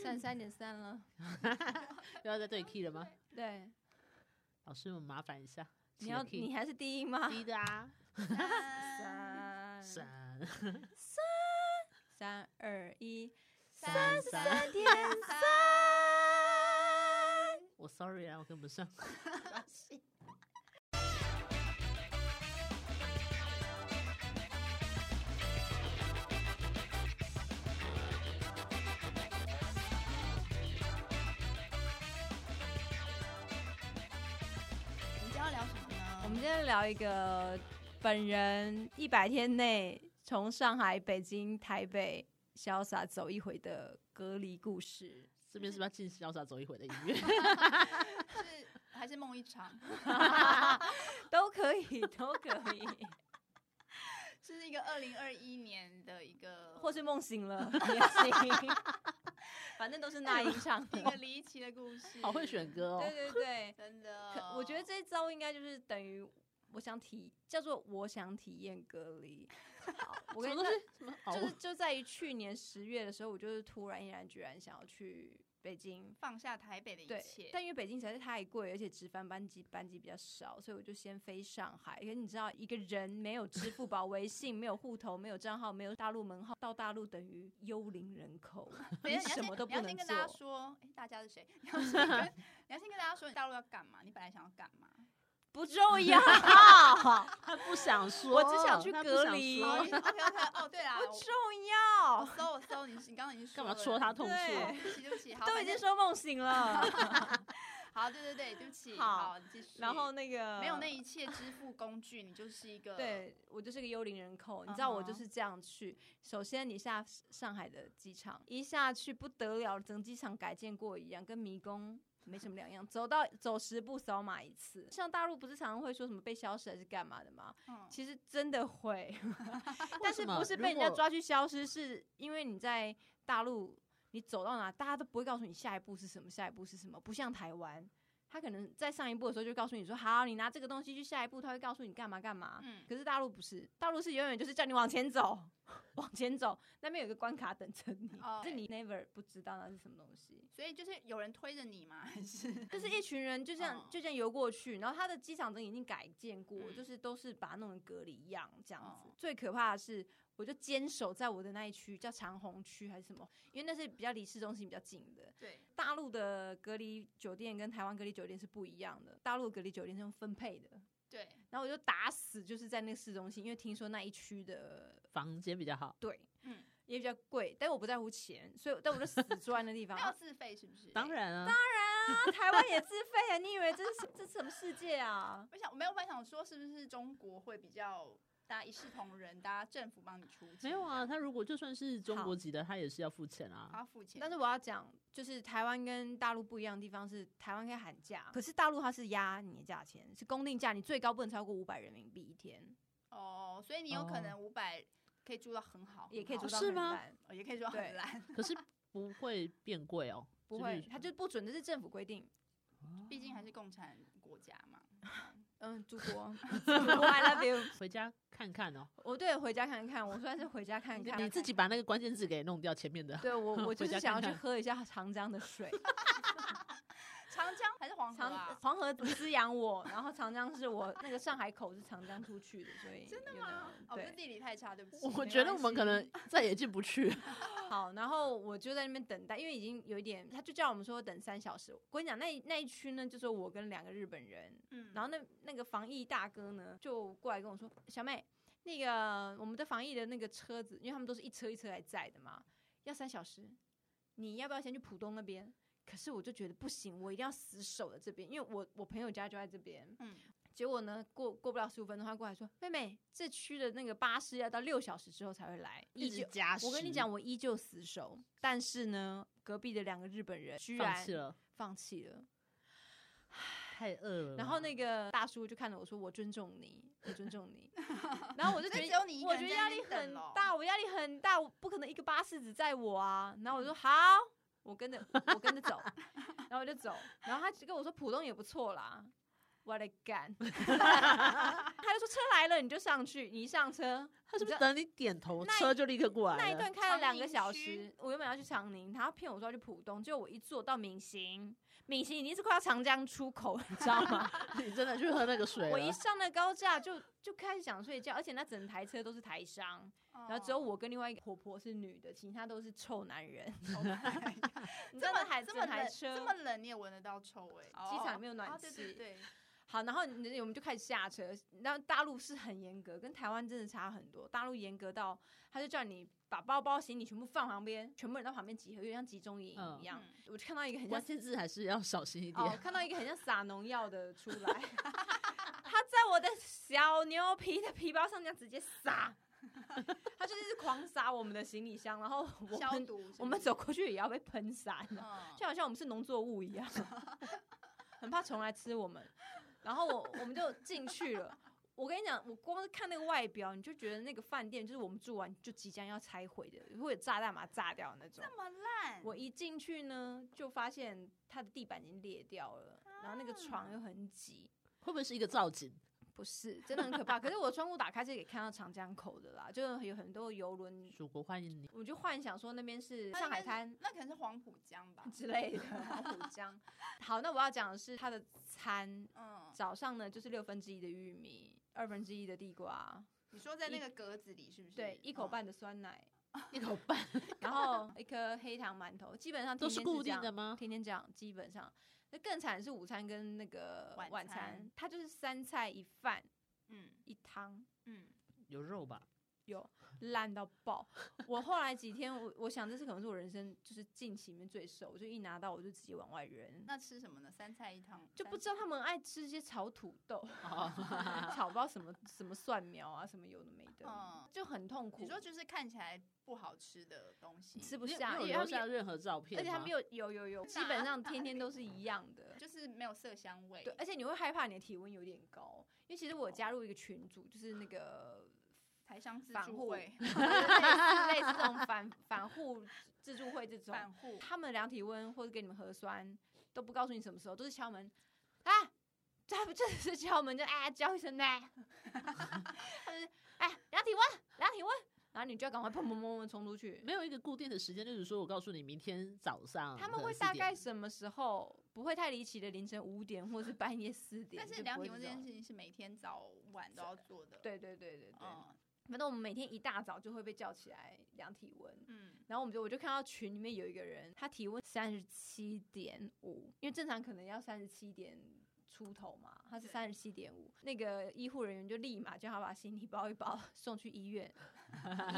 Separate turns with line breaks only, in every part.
三十三点三了，
又要再对 key 了吗？
对，
老师，我们麻烦一下，
你要嗯
请
你
key
还是低音吗？
低的啊，
三
三
三二一，
三三，
点三，
我 sorry 啊，我跟不上。
我们今天要聊什么呢？
我们今天聊一个本人一百天内从上海、北京、台北潇洒走一回的隔离故事。
这边是不是要进潇洒走一回的音乐？
是还是梦一场，
都可以，都可以，
是一个二零二一年的一个
或是梦醒了也行， 反正都是那一场
一个离奇的故事。
好会选，歌
对
哦，
对对，
真的
可。我觉得这一招应该就是等于我想体，叫做我想体验隔离。好我
什
跟你
么东
说，
西？什么？好
就是就在于去年十月的时候，我就是突然毅然决然想要去北京。
放下台北的一
对
切，，
但因为北京实在是太贵，而且直飞班机班机比较少，所以我就先飞上海。因为你知道，一个人没有支付宝、微信、没有户头、没有账号、没有大陆门号，到大陆等于幽灵人 口，
等一
你
下你要
什
先
么都
你
不
要
能
先跟大家
做。
说，哎，大家是谁？ 你要先跟你要先跟大家说，你大陆要干嘛？你本来想要干嘛？
不重 要，
他不想说，
我只想去
他不
隔
想
离
说
哦 ，OK OK，哦，对啦，
不
我
重
我
要，
搜我搜，你你刚刚已经说
干嘛
了
戳他痛处？啊
对
对不起对 不起，好，
都
反
已经
正
说梦醒 了。
好，对对对，对不起，
好
好，继续。
然后那个
没有那一切支付工具，你就是一个
对我就是个幽灵人口，你知道我就
嗯哼
是这样去。首先，你下上海的机场一下去不得了，整机场改建过一样，跟迷宫没什么两样。走到走十步扫码一次，像大陆不是常常会说什么被消失还是干嘛的吗？
嗯
其实真的会，
为
但
什
是
么
不是被人家
如果
抓去消失，是因为你在大陆你走到哪，大家都不会告诉你下一步是什么，下一步是什么，不像台湾。他可能在上一步的时候就告诉你说，好，你拿这个东西去下一步，他会告诉你干嘛干嘛。
嗯
可是大陆不是，大陆是永远就是叫你往前走， 往前走，那边有一个关卡等着你，
哦
可是你 never 不知道那是什么东西。
所以就是有人推着你吗？还是
就是一群人就这样、
哦
就这样游过去，然后它的机场灯已经改建过，
嗯
就是都是把它弄成隔离样这样子。
哦
最可怕的是，我就坚守在我的那一区，叫长虹区还是什么，因为那是比较离市中心比较近的。
对
大陆的隔离酒店跟台湾隔离酒店是不一样的，大陆隔离酒店是用分配的。
对，
然后我就打死就是在那个市中心，因为听说那一区的
房间比较好，
对，
嗯，
也比较贵，但我不在乎钱，所以但我就死住在那地方。
那要自费是不是？
当。然啊，
啊，台湾也自费啊！你以为这是这是什么世界啊？
我想，我没有办法想说是不是中国会比较大家一视同仁，大家政府帮你出钱，
没有啊。他如果就算是中国
好
籍的，他也是要付钱啊。
他付 钱。
但是我要讲，就是台湾跟大陆不一样的地方是，台湾可以喊价，可是大陆它是压你的价钱，是公定价，你最高不能超过五百人民币一天，
哦，所以你有可
哦
能五百可以住到很好，
也可以
很
做到
好
是
很
吗
烂
哦也可以住到
对
很烂，
可是不会变贵哦，
不
是
会
是，
它就不准，这是政府规定。
毕竟还是共产国家嘛。
嗯，祖 国祖国，I love you。
回家看看哦。
我对回家看看，我算是回家看看。
你自己把那个关键字给弄掉，前面的。
对 我，我就
回家
是想要
看
去
看
喝一下长江的水，
长江还是黄河
长
啊？
黄河滋养我， 然后长江是我那个上海口是长江出去的，所以
真的
有
吗
点？
哦，不
啊对
是地理太差，对不起。
我
没
觉得我
关
们可
系
能 再也进不去。
好，然后我就在那边等待，因为已经有一点，他就叫我们说等三小时。我跟你讲，那一那一区呢，就是我跟两个日本人，
嗯，
然后那那个防疫大哥呢，就过来跟我说，小妹，那个我们的防疫的那个车子，因为他们都是一车一车来载的嘛，要三小时，你要不要先去浦东那边？可是我就觉得不行，我一定要死守在这边，因为我我朋友家就在这边。
嗯，
结果呢，过过不了十五分钟，他过来说，妹妹，这区的那个巴士要到六小时之后才会来，
一
依
直
旧
加时，
我跟你讲，我依旧死守，但是呢，隔壁的两个日本人居然
放弃了，
放弃了。
太饿了。
然后那个大叔就看着我说：“我尊重你，我尊重 你。” 然后我就觉
所
得
以只有你一个
我
人
觉得
在那
压
边
力
等
很
咯
大，我压力很大，我不可能一个巴士只载我啊。
嗯
然后我就说好， 我跟着我跟着走，然后我就走。然后他就跟我说浦东也不错啦，我的 干！他就说车来了，你就上去。你一上车，
他是不
你知
是
道
等你点头，
那一
车就立刻过
那
来
一
了？
段开了
长
两个
宁
小
区
时，我原本要去长宁，他要骗我说要去浦东，结果我一坐到闵行，闵行已经是快要长江出口了，你知道 吗？
你真的去喝那个水
啊
我一
了？
上那高架就就开始想睡觉，而且那整台车都是台商，
然
然后只有我跟另外一个婆婆是女的，其他都是臭男人。 你知
这
道那
么
台
这
整
么
台
冷，
车
这么冷你也闻得到臭味，
机场没有暖
哦对对
气
对，
好，然后你我们就开始下车。然后大陆是很严格，跟台湾真的差很多。大陆严格到，他就叫你把包包、行李全部放旁边，全部人到旁边集合，有点像集中营
嗯
一样。
嗯
我就看到一个很像
关键字还是要小心一
哦
点。，
看到一个很像撒农药的出来，他在我的小牛皮的皮包上这样直接撒，他就是一直狂撒我们的行李箱，然后我
嗯消
们
毒是不是
我们走，过去也要被喷洒，你知道吗
嗯
就好像我们是农作物一样，很怕虫来吃我们。然后我我们就进去了。我跟你讲，我光是看那个外表，你就觉得那个饭店就是我们住完就即将要拆毁的，或者炸弹把它炸掉的那种。
这么烂，
我一进去呢，就发现它的地板已经裂掉了，然后那个床又很挤，
会不会是一个造景？
啊不是真的很可怕。可是我的窗户打开是可以看到长江口的啦，就是有很多游轮，
祖国欢迎你。
我就幻想说那边是
那
上海
应该
滩，
那可能是黄浦江 吧，
之类的黄浦江。好，那我要讲的是它的餐，
嗯，
早上呢就是六分之一的玉米，二分之一的地瓜，
你说在那
一
个格子里是不是？
对，哦一口
嗯，
半的酸奶，
一口半
然后一颗黑糖馒头，基本上
都
天
是
天
固
这
定
样
的吗？
天天这样，基本上。那更惨的是午餐跟那个
晚
晚
餐
餐，它就是三菜一饭
嗯
一汤，
嗯，
有肉吧？
有烂到爆。我后来几天，我我想这次可能是我人生就是近期里面最瘦，我就一拿到我就直接往外扔，
那吃什么呢？三菜一汤，
就不知道他们爱吃一些炒土豆。
哦，
炒包什么什么蒜苗啊，什么有的没的，
嗯
就很痛
道
苦。
你说就是看起来不好吃的东西，
吃不
你有
下，因
你
为他
有留
们
下
有
任何照片
而
吗？
且他们有有有有，基本上天天都是一样的。
就是没有色香味，
对，而且你会害怕你的体温有点高，因为其实
哦
我加入一个群组，就是那 个
台商自
反
助
户
会，
类似类似这种反反户自助会这种，
反户，
他们量体温或者给你们核酸都不告诉你什么时候，都是敲门啊，他不就是是敲门就啊叫一声呢， 他就是哎量体温量体温，然后你就要赶快砰砰砰砰冲出去。
没有一个固定的时间，就是说我告诉你，明天早
嗯
上
他们
可能
会
4
大
点
概什么时候？不会太离奇的，凌晨五点或是半夜四点。
但是
就
量
不会
体温
这
这件
种
事情是每天早晚都要做的，，
对对对对对，
嗯
反正我们每天一大早就会被叫起来量体温。
嗯，
然后我们就我就看到群里面有一个人，他体温三十七点五，因为正常可能要三十七点出头嘛，他是
对
三十七点五。那个医护人员就立马叫他把行李包一包 送去医院，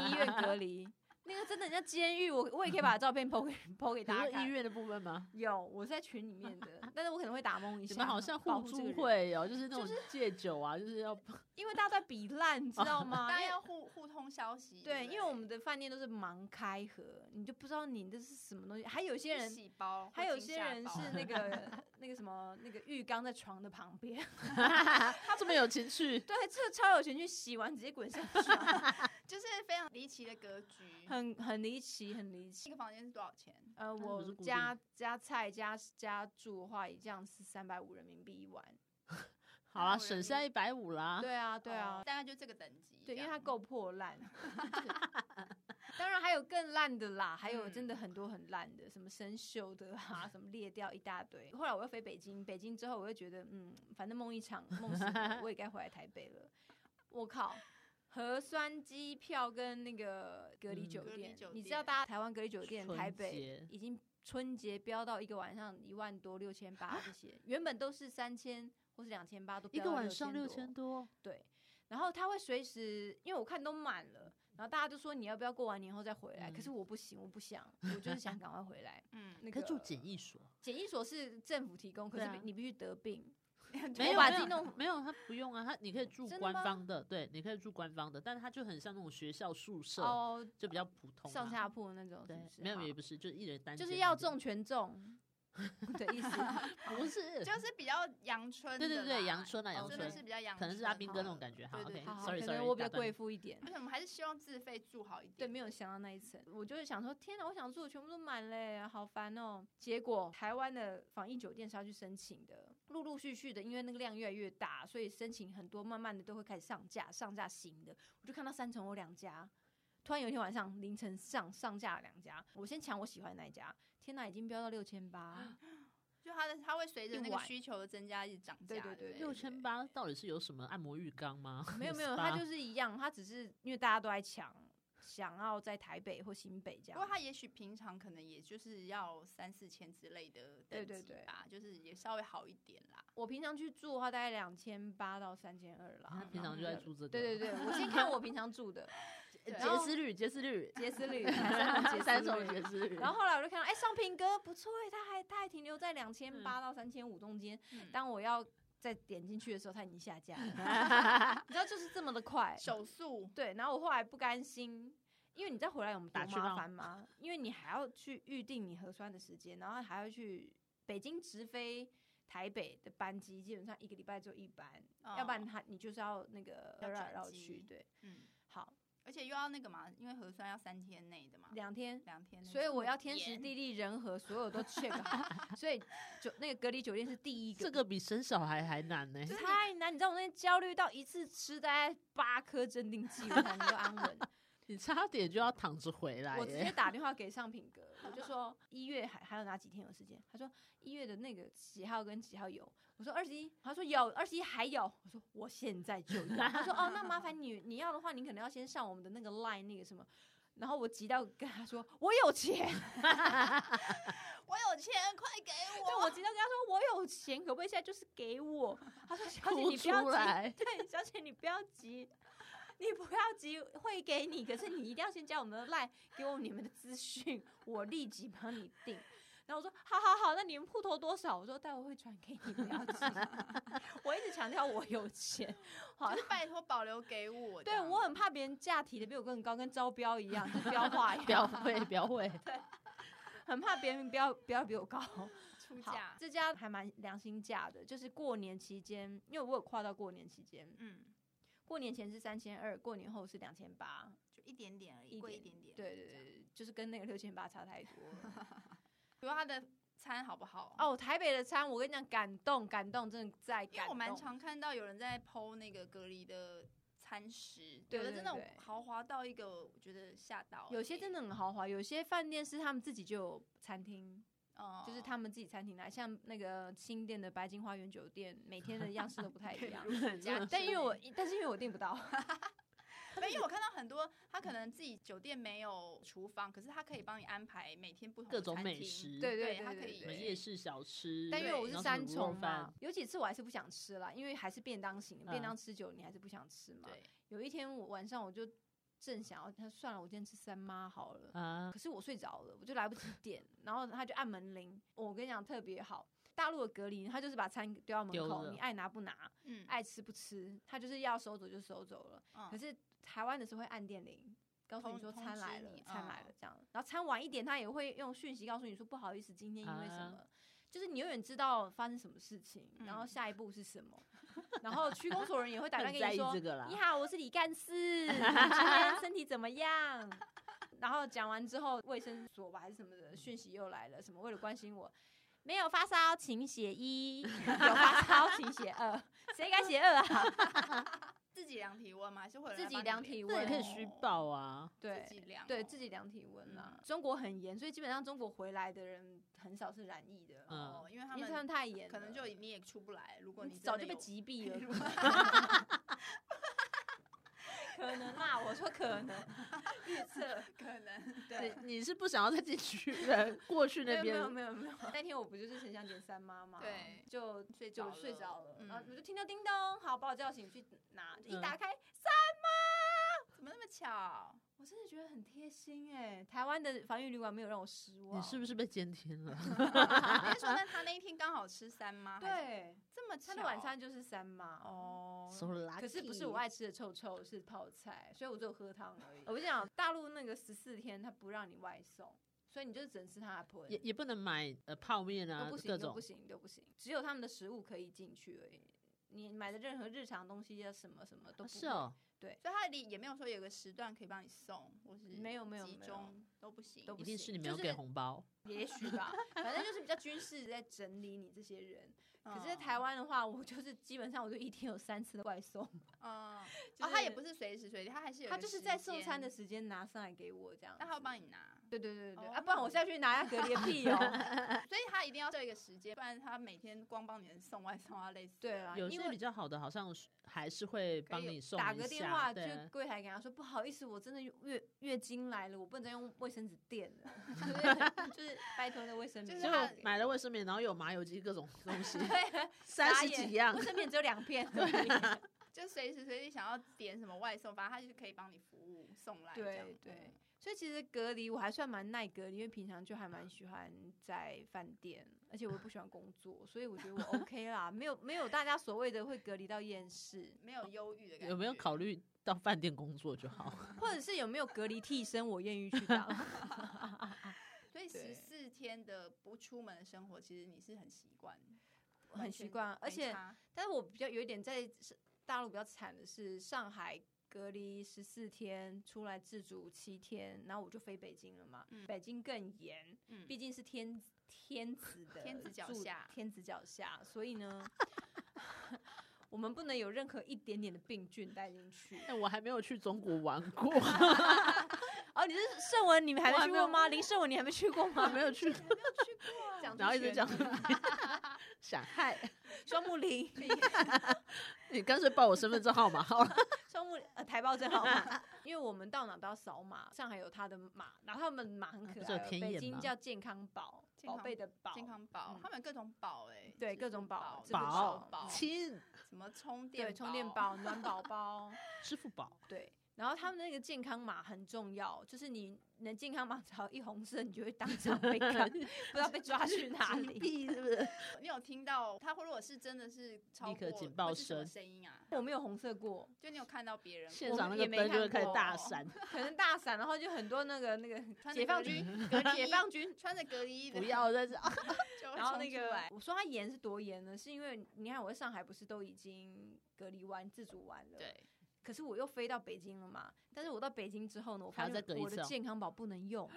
医院隔离。那个真的很像监狱，我我也可以把照片剖给剖给大
你
家
说医
看。
院的部分吗？
有，我是在群里面的， 但是我可能会打蒙一
你
下。
们好像
保
互
护这个
助
人，
会哦，就是那
就
种戒酒啊，就是要
因为大家都在比烂，你知道吗？
大家
因为
要互互通消息，
对，
不
因为我们的饭店都是盲开盒，你就不知道你这是什么东西。还有些
一
人
细胞，
还有些人是那 个那个什么那个浴缸在床的旁边，
这么有情趣，
对，这超有钱去洗完直接滚上 床，
就是非常离奇的格局。
很很离奇，很离
一
奇。
个房间是多少钱？
呃，
们不
我
是固定
加加菜加加住的话，这样是三百五人民币一晚。
好啦，
人
省
民
下一百五啦。
对啊，对啊
哦，大概就这个等级这
对，
样。
因为它够破 烂。当然还有更烂的啦，还有
嗯
真的很多很烂的，什么生锈的啊，什么裂掉一大堆。后来我又飞北京，北京之后我又觉得，嗯，反正梦一场，梦醒了，我也该回来台北了。我靠！核酸机票跟那个隔离
嗯
酒
隔离
店，
酒
你知
店
道大家台湾隔离酒店
春
台北
节
已经春节飙到一个晚上一万多六千八这些，原本都是三千或是两千八，都
一
飙
个
到
晚上六
多
千多，
对，然后他会随时，因为我看都满了，然后大家就说你要不要过完年后再回来？可
嗯
是我不行，我不想，我就是想赶快回来。
嗯，
那
可
个
以住检疫所，
检疫所是政府提供，可
对
是
啊
你必须得病，
没有
把
没
自己
有
弄
没有，他不用啊，他你可以住
真的
官
吗
方的，对，你可以住官方的，但他就很像那种学校宿舍，
哦，
就比较普通啊。
上下铺那种是
对
不，是？
没有
好
也不是，就一人单
就
间
是
那
要
种
中全中。的 意思。
不是，
就是比较阳春的
对
啦，
对对，阳
哦
春啊，阳
真
春
的是比较阳春，
可能是阿斌哥那种
觉。
感觉。好
对对
，OK，
对
好，
sorry
可
sorry，
能我比
打
较
断你
贵妇一点
而，且我们还是希望自费住好一点。
对，没有想到那一层，我就是想说，天哪，我想住的全部都满嘞，好烦哦。结果台湾的防疫酒店是要去申请的，陆陆续续的，因为那个量越来越大，所以申请很多，慢慢的都会开始上架，上架新的。我就看到三层有两家，突然有一天晚上凌晨上上架了两家，我先抢我喜欢的那一家，天哪，已经飙到六千 八，
就它的它会随着那
一
个
碗
需求的增加一直涨价。
对对对
不
六千八到底是有什么按摩浴缸吗？
没有没 有，
SPA
它就是一样，它只是因为大家都在抢，想要在台北或新北这
不过
样。
它也许平常可能也就是要三四千之类的
对
等
对
级
对
吧，就是也稍微好一点啦。
我平常去住的话，大概两千八到三千二啦。
他平常就在住这个，呃
对对对，我先看我平常住 的
对
然后
杰斯率，杰斯率，
杰斯旅， 三重杰
三
斯
重
旅。
杰斯率，
然后后来我就看到，哎、上平哥不错哎、他还他还停留在两千八到三千五中间。
嗯
当我要再点进去的时候，他已经下 架了，你知道就是这么的快。
手速
对，然后我后来不甘心，因为你再回来，我们多
打去
麻
吗
烦吗？因为你还要去预定你核酸的时间，然后还要去北京直飞台北的班机，基本上一个礼拜只有一班， 要不然
嗯
他你就是要那个
要
绕来
转
绕
机
去。对，
嗯，
好，
而且又要那个嘛，因为核酸要三天内的嘛，
两天。
两天内，
所以
这么
我要天时
严
地利人和，所有都 check 好。所以酒那个隔离酒店是第一个，
这个比生小孩还难呢。
太难。你知道我那天焦虑到一次吃大概八颗镇定剂，我才能够安稳。
你差点就要躺着回来
我直接
耶。
打电话给尚品阁，我就说一月还还有哪几天有时间？他说一月的那个几号跟几号有？我说二十一，他说有，二十一还有。我说我现在就有。他说哦，那麻烦你，你要的话，你可能要先上我们的那个 line 那个什么。然后我急到跟他说我有钱，
我有钱，快给
对
我！
我急到跟他说我有钱，可不可以现在就是给我？他说小姐
哭
你不
出
要急，
来，
对，小姐你不要急。你不要急，会给你，可是你一定要先加我们的 line，给我你们的资讯，我立即帮你订。然后我说好好好，那你们户头多少？我说待会会转给你，不要急。我一直强调我有钱，好
就，是拜托保留给 我这
对
样。
我很怕别人价提的比我更高，跟招标一样，就标化一
不要
样，
会，不 要会，
很怕别人标标比我高。
出
好
价，，
这家还蛮良心价的，就是过年期间，因为我有跨到过年期间，
嗯，
过年前是三千二，过年后是两千八，
就一点点而已，
一
贵一
点
点点而已。
对对
这样，
对，就是跟那个六千八差太多 了。
比如它的餐好不好？
哦，台北的餐，我跟你讲，感动感动，真的在
因
感
为
动。
我蛮常看到有人在剖那个隔离的餐食，
对
有的
对
真的
对
豪华到一个，我觉得吓到欸。
有些真的很豪华，有些饭店是他们自己就有餐厅，
哦，
就是他们自己餐厅来，像那个新店的白金花园酒店，每天的样式都不太一 样。
如数家珍
但因为我，但是因为我订不到，
没有，我看到 很多他可能自己酒店没有厨房，可是他可以帮你安排每天不同的
各种
餐
美
厅
食，
对
对
对
它
对
可以
什么夜市小吃，
但因为我
然
是
后什
三
么卤肉
重嘛
饭，，
有几次我还是不想吃啦，因为还是便当型的，便
嗯
当吃久了你还是不想吃嘛。
对，
有一天我晚上我就正想要，他算了，我今天吃三妈好了。
啊，
可是我睡着了，我就来不及点，然后他就按门铃。我跟你讲特别好，大陆的隔离，他就是把餐丢到门
丢
口，
了
你爱拿不拿，
嗯，
爱吃不吃，他就是要收走就收走了。
嗯
哎可是台湾的时候会按电铃，告诉你
通
说
通
餐
知
来了
你，
餐
嗯
来了这样。然后餐晚一点，他也会用讯息告诉你说不好意思，今天因为什
啊
么。就是你永远知道发生什么事情，然后
嗯
下一步是什么，然后区公所人也会打
他
电话跟
很在
你
意
说，
这个啦
你。好，我是李干事，你今天身体怎么样？然后讲完之后，卫生所吧还是什么的讯息又来了，什么为了关心我，没有发烧请写一，有发烧请写二，谁敢写二啊？
自己量体温吗？还是会有人
自
来
己
帮你
量体
那也
温哦
可，以虚报啊，
对
自己量哦，
对，自己量体温啦
嗯。
中国很严，所以基本上中国回来的人很少是染疫的，
嗯
哦，因为他
因为他
们
们太严了，
可能就你也出不来，如果你真
早
的
就被
有
击毙了。
如果
可能啦，我说可能， 预测。
可 能
对
你你是不想要再 进去的，过去那
没有
边
没有没有没 有，那天我不就是很想点三妈吗？
对，
就
睡
就
着
睡着了，然后
嗯
我就听到叮咚，好把我叫醒去拿，一
嗯
打开，
怎么那 么巧？
我真的觉得很贴心哎、台湾的防疫旅馆没有啊让我失望，
你是不是被监 听了？
你是说那他那一天刚好吃三吗？还是，
对，
这么巧，
他的晚餐就是三妈哦。
哦，
So lucky
可是不是我爱吃的臭臭，是 泡菜，所以我只有喝汤而已。我跟你讲，大陆那个十四天他不让你外送，所以你就是只能吃他的盆，
也也不能买呃泡面
都
啊
不，行，
各
都不
种
行，都不行，只有他们的食物可以进去而已。你买的任何日常东西啊，什么什么都不
啊
会
是哦，
所以他里也没有说有个时段可以帮你送，或是
没有没有
集
没有
中都不行，
都不
一定
行
是你没
就
有给
是
红包，
也许吧，反正就是比较军事在整理你这些人。可是，在
嗯
台，湾的话，我就是基本上我就一天有三次的外送，
嗯，
就
哦，他也
是
不是随时随地，他还是有，
他就是在送餐的，时间拿上来给我这样。
那他会帮你 拿，
对对对对，
哦
啊，不然我下去拿一下隔离的屁哦。
所以他一定要设一个时间，不然他每天光帮你送外送啊，累死。
对啊
有
因
些
为
比较好的好像是还是会帮
以
你送
打
一
个电
下
话就
对啊
柜台给他说，不好意思，我真的月月经来了，我不能再用卫生纸垫 了，就是就是 拜托那卫生棉
就
给
是
我，
他
买了卫生棉，然后有麻油鸡各种东 西，
对，
三
傻
十
眼
几样
卫，生棉只有两片而已。
就随时随地想要点什么外送，反正他就是可以帮你服务送来。
对
这样
对
嗯
所以其实隔离我还算蛮耐隔离，因为平常就还蛮喜欢在饭店，而且我也不喜欢工作，所以我觉得我 OK 啦，没有没有大家所谓的会隔离到厌世，
没有忧郁的感觉。
有没有考虑到饭店工作就 好？
或者是有没有隔离替身，我愿意去当。
所以
对
十四天的不出门的生活，其实你是很习惯，
很习惯而且
没差
但是我比较有一点在是大陆比较惨的是，上海隔离十四天，出来自主七天，然后我就飞北京了嘛。
嗯
北京更严，
嗯
毕竟是天子天子的
天子脚
住
下
天子脚下，所以呢， 我们不能有任何一点点的病菌带进去。
哎，我还没有去中国玩 过，
哦，你是盛文，你们还
我
没
还
去
没
过
有
吗？林盛文，你还没去过
我
吗？
没有去，
没有去过啊
讲
然后一直
出
讲
全
想害
双木 林，
你，干脆报我身份证号码好了。
双木呃台胞证号码，因为我们到哪都要扫码，上海有他的码，然后他们码很可
不是
爱
有
哦，
天
北
眼
京
吗
叫健康宝，
健
宝
康
贝的宝，
健康宝
嗯，
他们有各种宝哎，
对
支
各种
付
宝
宝
支付宝
哦
宝，
亲，
什么充电
对充电，宝、暖宝宝，
支付宝
对。然后他们那个健康码很重要，就是你能健康码只要一红色，你就会当场被 看，不知道被抓去哪
击
里。
毙是不是？
你有听到他如果是真的是超
立刻
过
警报
会是什么
声
声音啊？
我没有红色过，
就你有看到别人
现
我
场那
们
个
也没
灯就会
看
开始大
过
闪，
可能大伞，然后就很多那个那个
穿着
解放
隔离
军、
隔离
解
衣
放军
穿着隔离衣的，
不要在这。啊
就会
然后
冲
那
出
个
来，
我说它严是多严呢？是因为你看我在上海不是都已经隔离完、自主完了，。
对，
可是我又飞到北京了嘛，但是我到北京之后呢，我
还
发
要再
现
隔一
我的
次哦
健康宝不能用，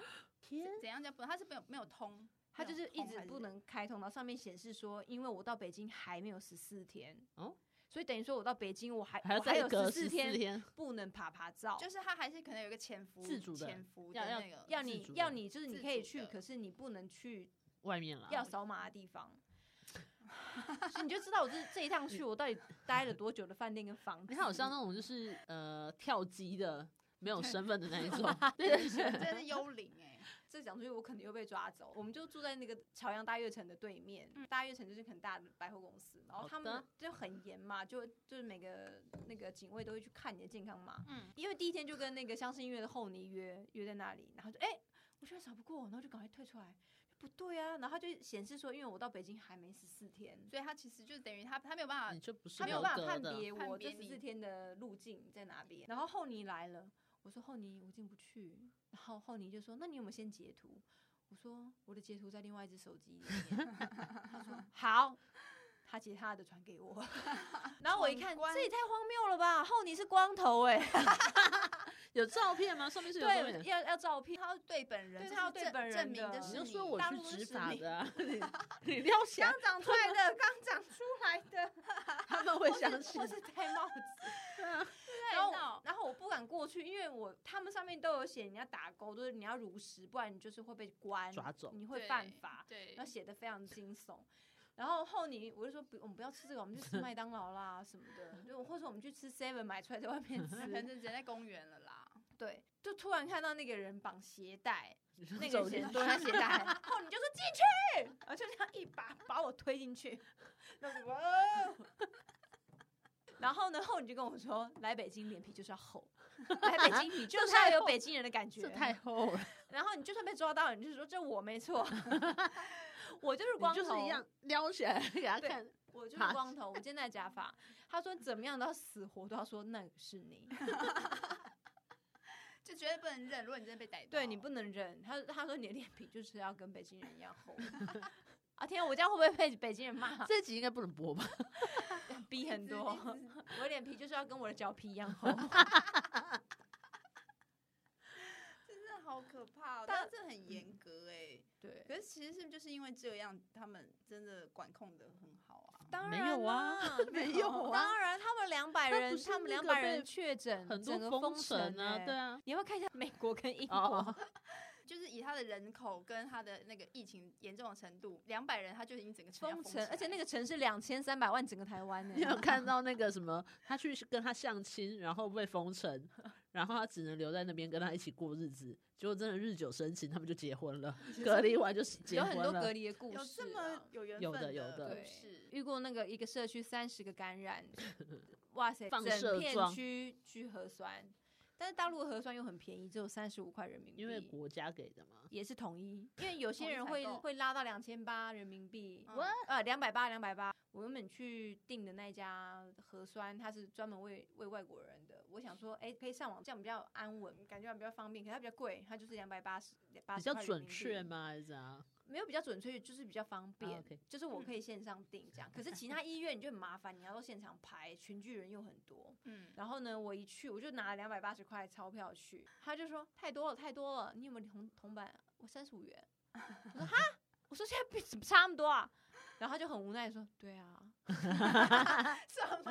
天，
怎样叫不？他是没有没有通，
它就
没有
是一
通
直
还
不能开通，然后上面显示说，因为我到北京还没有十四天
哦
所以等于说我到北京我还
还要
我还
再
有十
隔十
四
四
天
天，
不能爬爬照，
就是他还是可能有一个潜伏
自主的
潜伏
要要
那个
要
自
你
主
要
的
你就是你
自
可以
主
去，
的
可是你不能去
外面了。
要扫码的地方。 所以你就知道我这这一趟去，我到底待了多久的饭店跟房子。
你好像那种就是呃跳机的，没有身份的那一 种。
真的是幽灵 哎、
这讲出去，我肯定又被抓走。我们就住在那个朝阳大悦城的对面，大悦城就是很大的百货公司，然后
嗯好
他们
的
就很严嘛，就就是每个那个警卫都会去看你的健康码。
嗯，
因为第一天就跟那个相信音乐的后尼约约在那里，然后就哎、我居然找不过，然后就赶快退出来，不对啊，然后就显示说，因为我到北京还没十四天，
所以他其实就等于他他没有办法
你就不是
他没有
合
办法
格
判
的
别
判
我这
别
十
你
四天的路径在哪边。然后后尼来了，我说后尼我进不去，然后后尼就说那你有没有先截图？我说我的截图在另外一只手机里面。他说好，他截他的传给我。然后我一看，
闯关
这也太荒谬了吧！后尼是光头哎、
有照片吗？上面是有啊照片
对，
的。
要要照片。
他要对本人，
对
这
他要
是
对
证
本人
证明
的
的
你
是
你就
你
说我
大
去
陆都
执
是
法
你
的、啊，你你要想
刚长出来 的，刚长出来的，
他们会
或
相
是
信
或。是戴帽子，然
然
后
后
然后我不敢过去，因为我他们上面都有写你要打勾，就是你要如实，不然你就是会被关
抓 走
你会犯法，
对
然后写的非常惊悚。然后后你我就说不，我们不要吃这个，我们去吃麦当劳啦什么的，就或者我们去吃 Seven 买出来在外面
可能
吃。
人在公园了啦，
对，就突然看到那个人绑鞋带，那个
走
人
进
蹲在鞋带，然后你就说进去，然后就这样一把把我推进去，然后我就哇哦然后呢，后你就跟我说，来北京脸皮就是要厚，来北京你就是要有北京人的感觉
这。太厚了，
然后你就算被抓到，你就说这我没 错，我就是
你
光头，
就是一样撩起来给他看。
我就是
爬
光头，我今天戴假 发。他说怎么样都要死活都要说那个是你，
就绝对不能忍。如果你真的被逮到，
对你不能忍。他他说你的脸皮就是要跟北京人一样厚。 啊天啊，我这样会不会被北京人骂？
这集应该不能播吧？
逼很多， 我的脸皮就是要跟我的脚皮一样 厚。
真的好可怕、哦，
但
但是这很严格哎、
对，
可是其实是不是就是因为这样，他们真的管控的很好啊？
当
没
然
有啊
啦
没有啊
当然他们两百
那
人
不，是
他们
那
两
个
百
被
人确诊，
很多
嗯整个封
封神啊，
欸
对。啊，
你要不要看一下美国跟英国？
哦哦
就是以他的人口跟他的那个疫情严重的程度，两百人他就已经整个城要
封
封起来
城，而且那
了
个城是两千三百万，整个台湾欸 呢、
你有看到那个什么，他去跟他相亲，然后被封 城，然后他只能留在那边跟他一起过日子，结果真的日久生情，他们就结 婚了，隔离完就是结
有
婚
很多隔
了。
离的故事、啊，
有这么有缘
有
分
的有的
故
对
事，
遇过那个一个社区三十个感 染，哇塞，
放
整
射
片
状
区聚核酸，但是大陆的核酸又很便宜，只有三十五块人民币，
因为国家给的嘛，
也是统一，因为有些
统一
人
采
会
购
会拉到两千八人民币，
嗯
呃，两百八，两百八。我原本去订的那一家核酸，它是专门为为外国人的。我想说，哎、可以上网，这样比较安稳，感觉比较方便。可它比较贵，它就是两百八十，八
比
十
较准确？吗？还是怎样？
没有比较准确，就是比较方便。
啊，OK
就是我可
嗯
以线上订 这样，可是其他医院你就很麻烦，你要到现场排，群聚人又很多。
嗯，
然后呢，我一去我就拿了两百八十块钞票去，他就说太多了，太多了，你有没有铜铜板？我三十五元。我说哈， 我说现在比怎么差那么多啊？然后他就很无奈地说，对啊，
什么？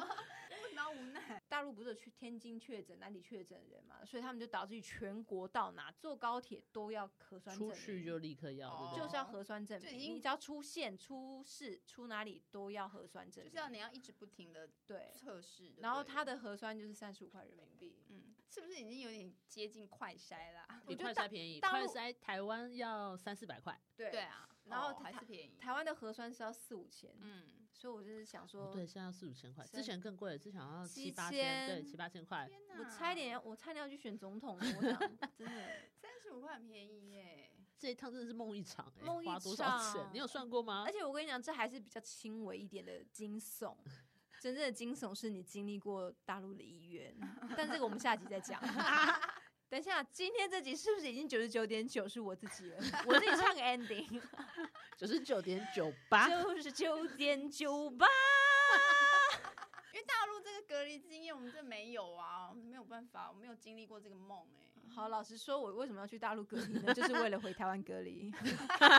为什么要无奈？
大陆不是有去天津确诊、哪里确诊人嘛，所以他们就导致于全国到哪坐高铁都要核酸证
出
明，
去就立刻要，对不对？
哦就是要核酸证
就
明，
已经
你只要出现、出事、出哪里都要核酸证
就
明，
是要你要一直不停的
对。
测试，
然后他
的，
的核酸就是三十五块人民币，
嗯，是不是已经有点接近快筛啦？
我
比
觉得
快
大
筛便宜，
大
快
陆
筛台湾要三四百块。
对
对啊，
然后
哦还
他
是便宜，
台湾的核酸是要四五千，
嗯，
所以我就是想说，
哦对，现在要四五千块，之
三
前更贵，之前好像
七
七八千，对，
千
七八千块。
天哪，
嗯我差一点，我差点要去选总统了，我 想真的
三十五块很便宜耶，
这一趟真的是梦一场、欸，
梦一
花多少钱？你有算过吗
而？且我跟你讲，这还是比较轻微一点的惊悚。真正的惊悚是你经历过大陆的医 院，但这个我们下集再 讲。等一下，今天这集是不是已经九十九点九是我自己 了？我自己唱个 ending，
九十九点九八，
九十九点九八。
因为大陆这个隔离经验我们这没有啊，我们没有办法，我没有经历过这个梦哎，
好，老实说，我为什么要去大陆隔离 呢？就是为了回台湾隔离，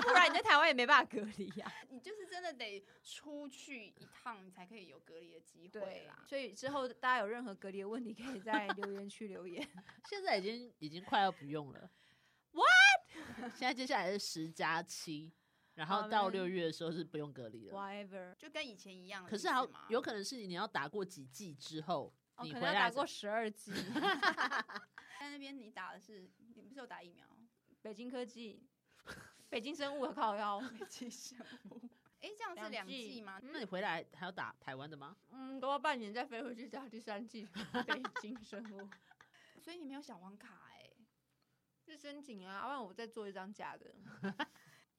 不然你在台湾也没办法隔离呀、
你就是真的得出去一趟，你才可以有隔离的机会
对
啦，。
所以之后大家有任何隔离的问题，可以在留言区留 言。
现在已经已经快要不用了。What？现在接下来是十加七，然
好
后到
嘞
六月的时候是不用隔离了。
Whatever，
就跟以前一样的
可
意思
是
嘛，
好，有可能是你要打过几剂之后，
哦，
你
可
回
能要
来
打
才
过十二剂。
在那边你打的是，你不是有打疫苗？
北京科技、北京生物靠 腰。
没记上。哎，这样是两
两剂
剂吗？
那你回来还要打台湾的吗？
嗯，都要半年再飞回去打第三季北京生物，
所以你没有小黄卡哎、
是申请啊，要不然我再做一张假的。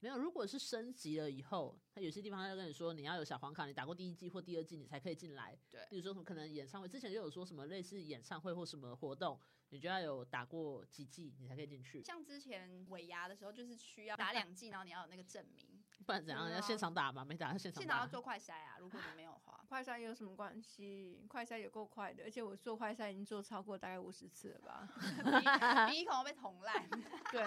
没有，如果是升级了以后，他有些地方他要跟你说，你要有小黄卡，你打过第一季或第二季，你才可以进来。
对
例如说什么可能演唱会，之前就有说什么类似演唱会或什么活动，你就要有打过几季，你才可以进去，
像之前尾牙的时候，就是需要打两剂，然后你要有那个证明，
不然怎样？
对啊
要现场打嘛，没打现场
现场要
打。
做快筛啊。如果你没有的 话，
快筛有什么关系？快筛也够快的，而且我做快筛已经做超过大概五十次了吧？
鼻鼻孔会被捅烂，
对，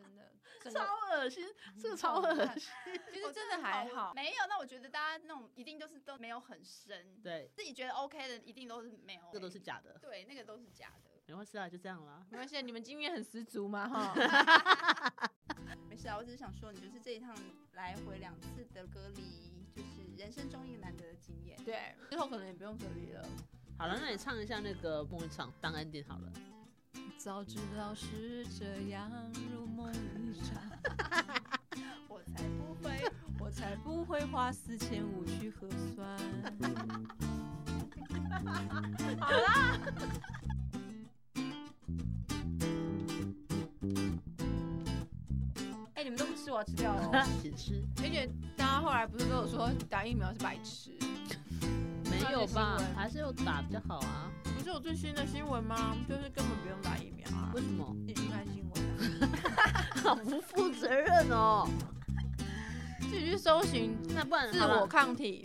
真的，真
超
的
恶心，
嗯
这个超恶心。
其
我
实真的还好。
没有，那我觉得大家那种一定都是都没有很深，
对，
自己觉得 OK 的，一定都是没有、
这都是假的，
对，那个都是假的。
没关系啦，就这样啦。
没关系，你们经验很十足嘛 哈。
没事啊，我只是想说，你就是这一趟来回两次的隔离，就是人生中一个难得的经验。
对，之后可能也不用隔离了。
好了，那你唱一下那个梦一场当 ending 好了。
早知道是这样，如梦一场。
我才不会。
我才不会花四千五去核酸。好啦。哎、你们都不吃，我要吃掉了哦。
请吃？
而且大家后来不是跟我说打疫苗是白痴，
没
上一个
有吧
新闻？
还是有打比较好啊。
不是是有最新的新闻吗？就是根本不用打疫苗啊
为，什么？
自己去看新闻、啊，
好不负责任哦！
自己去搜寻
那不然
自
好啦
我抗体，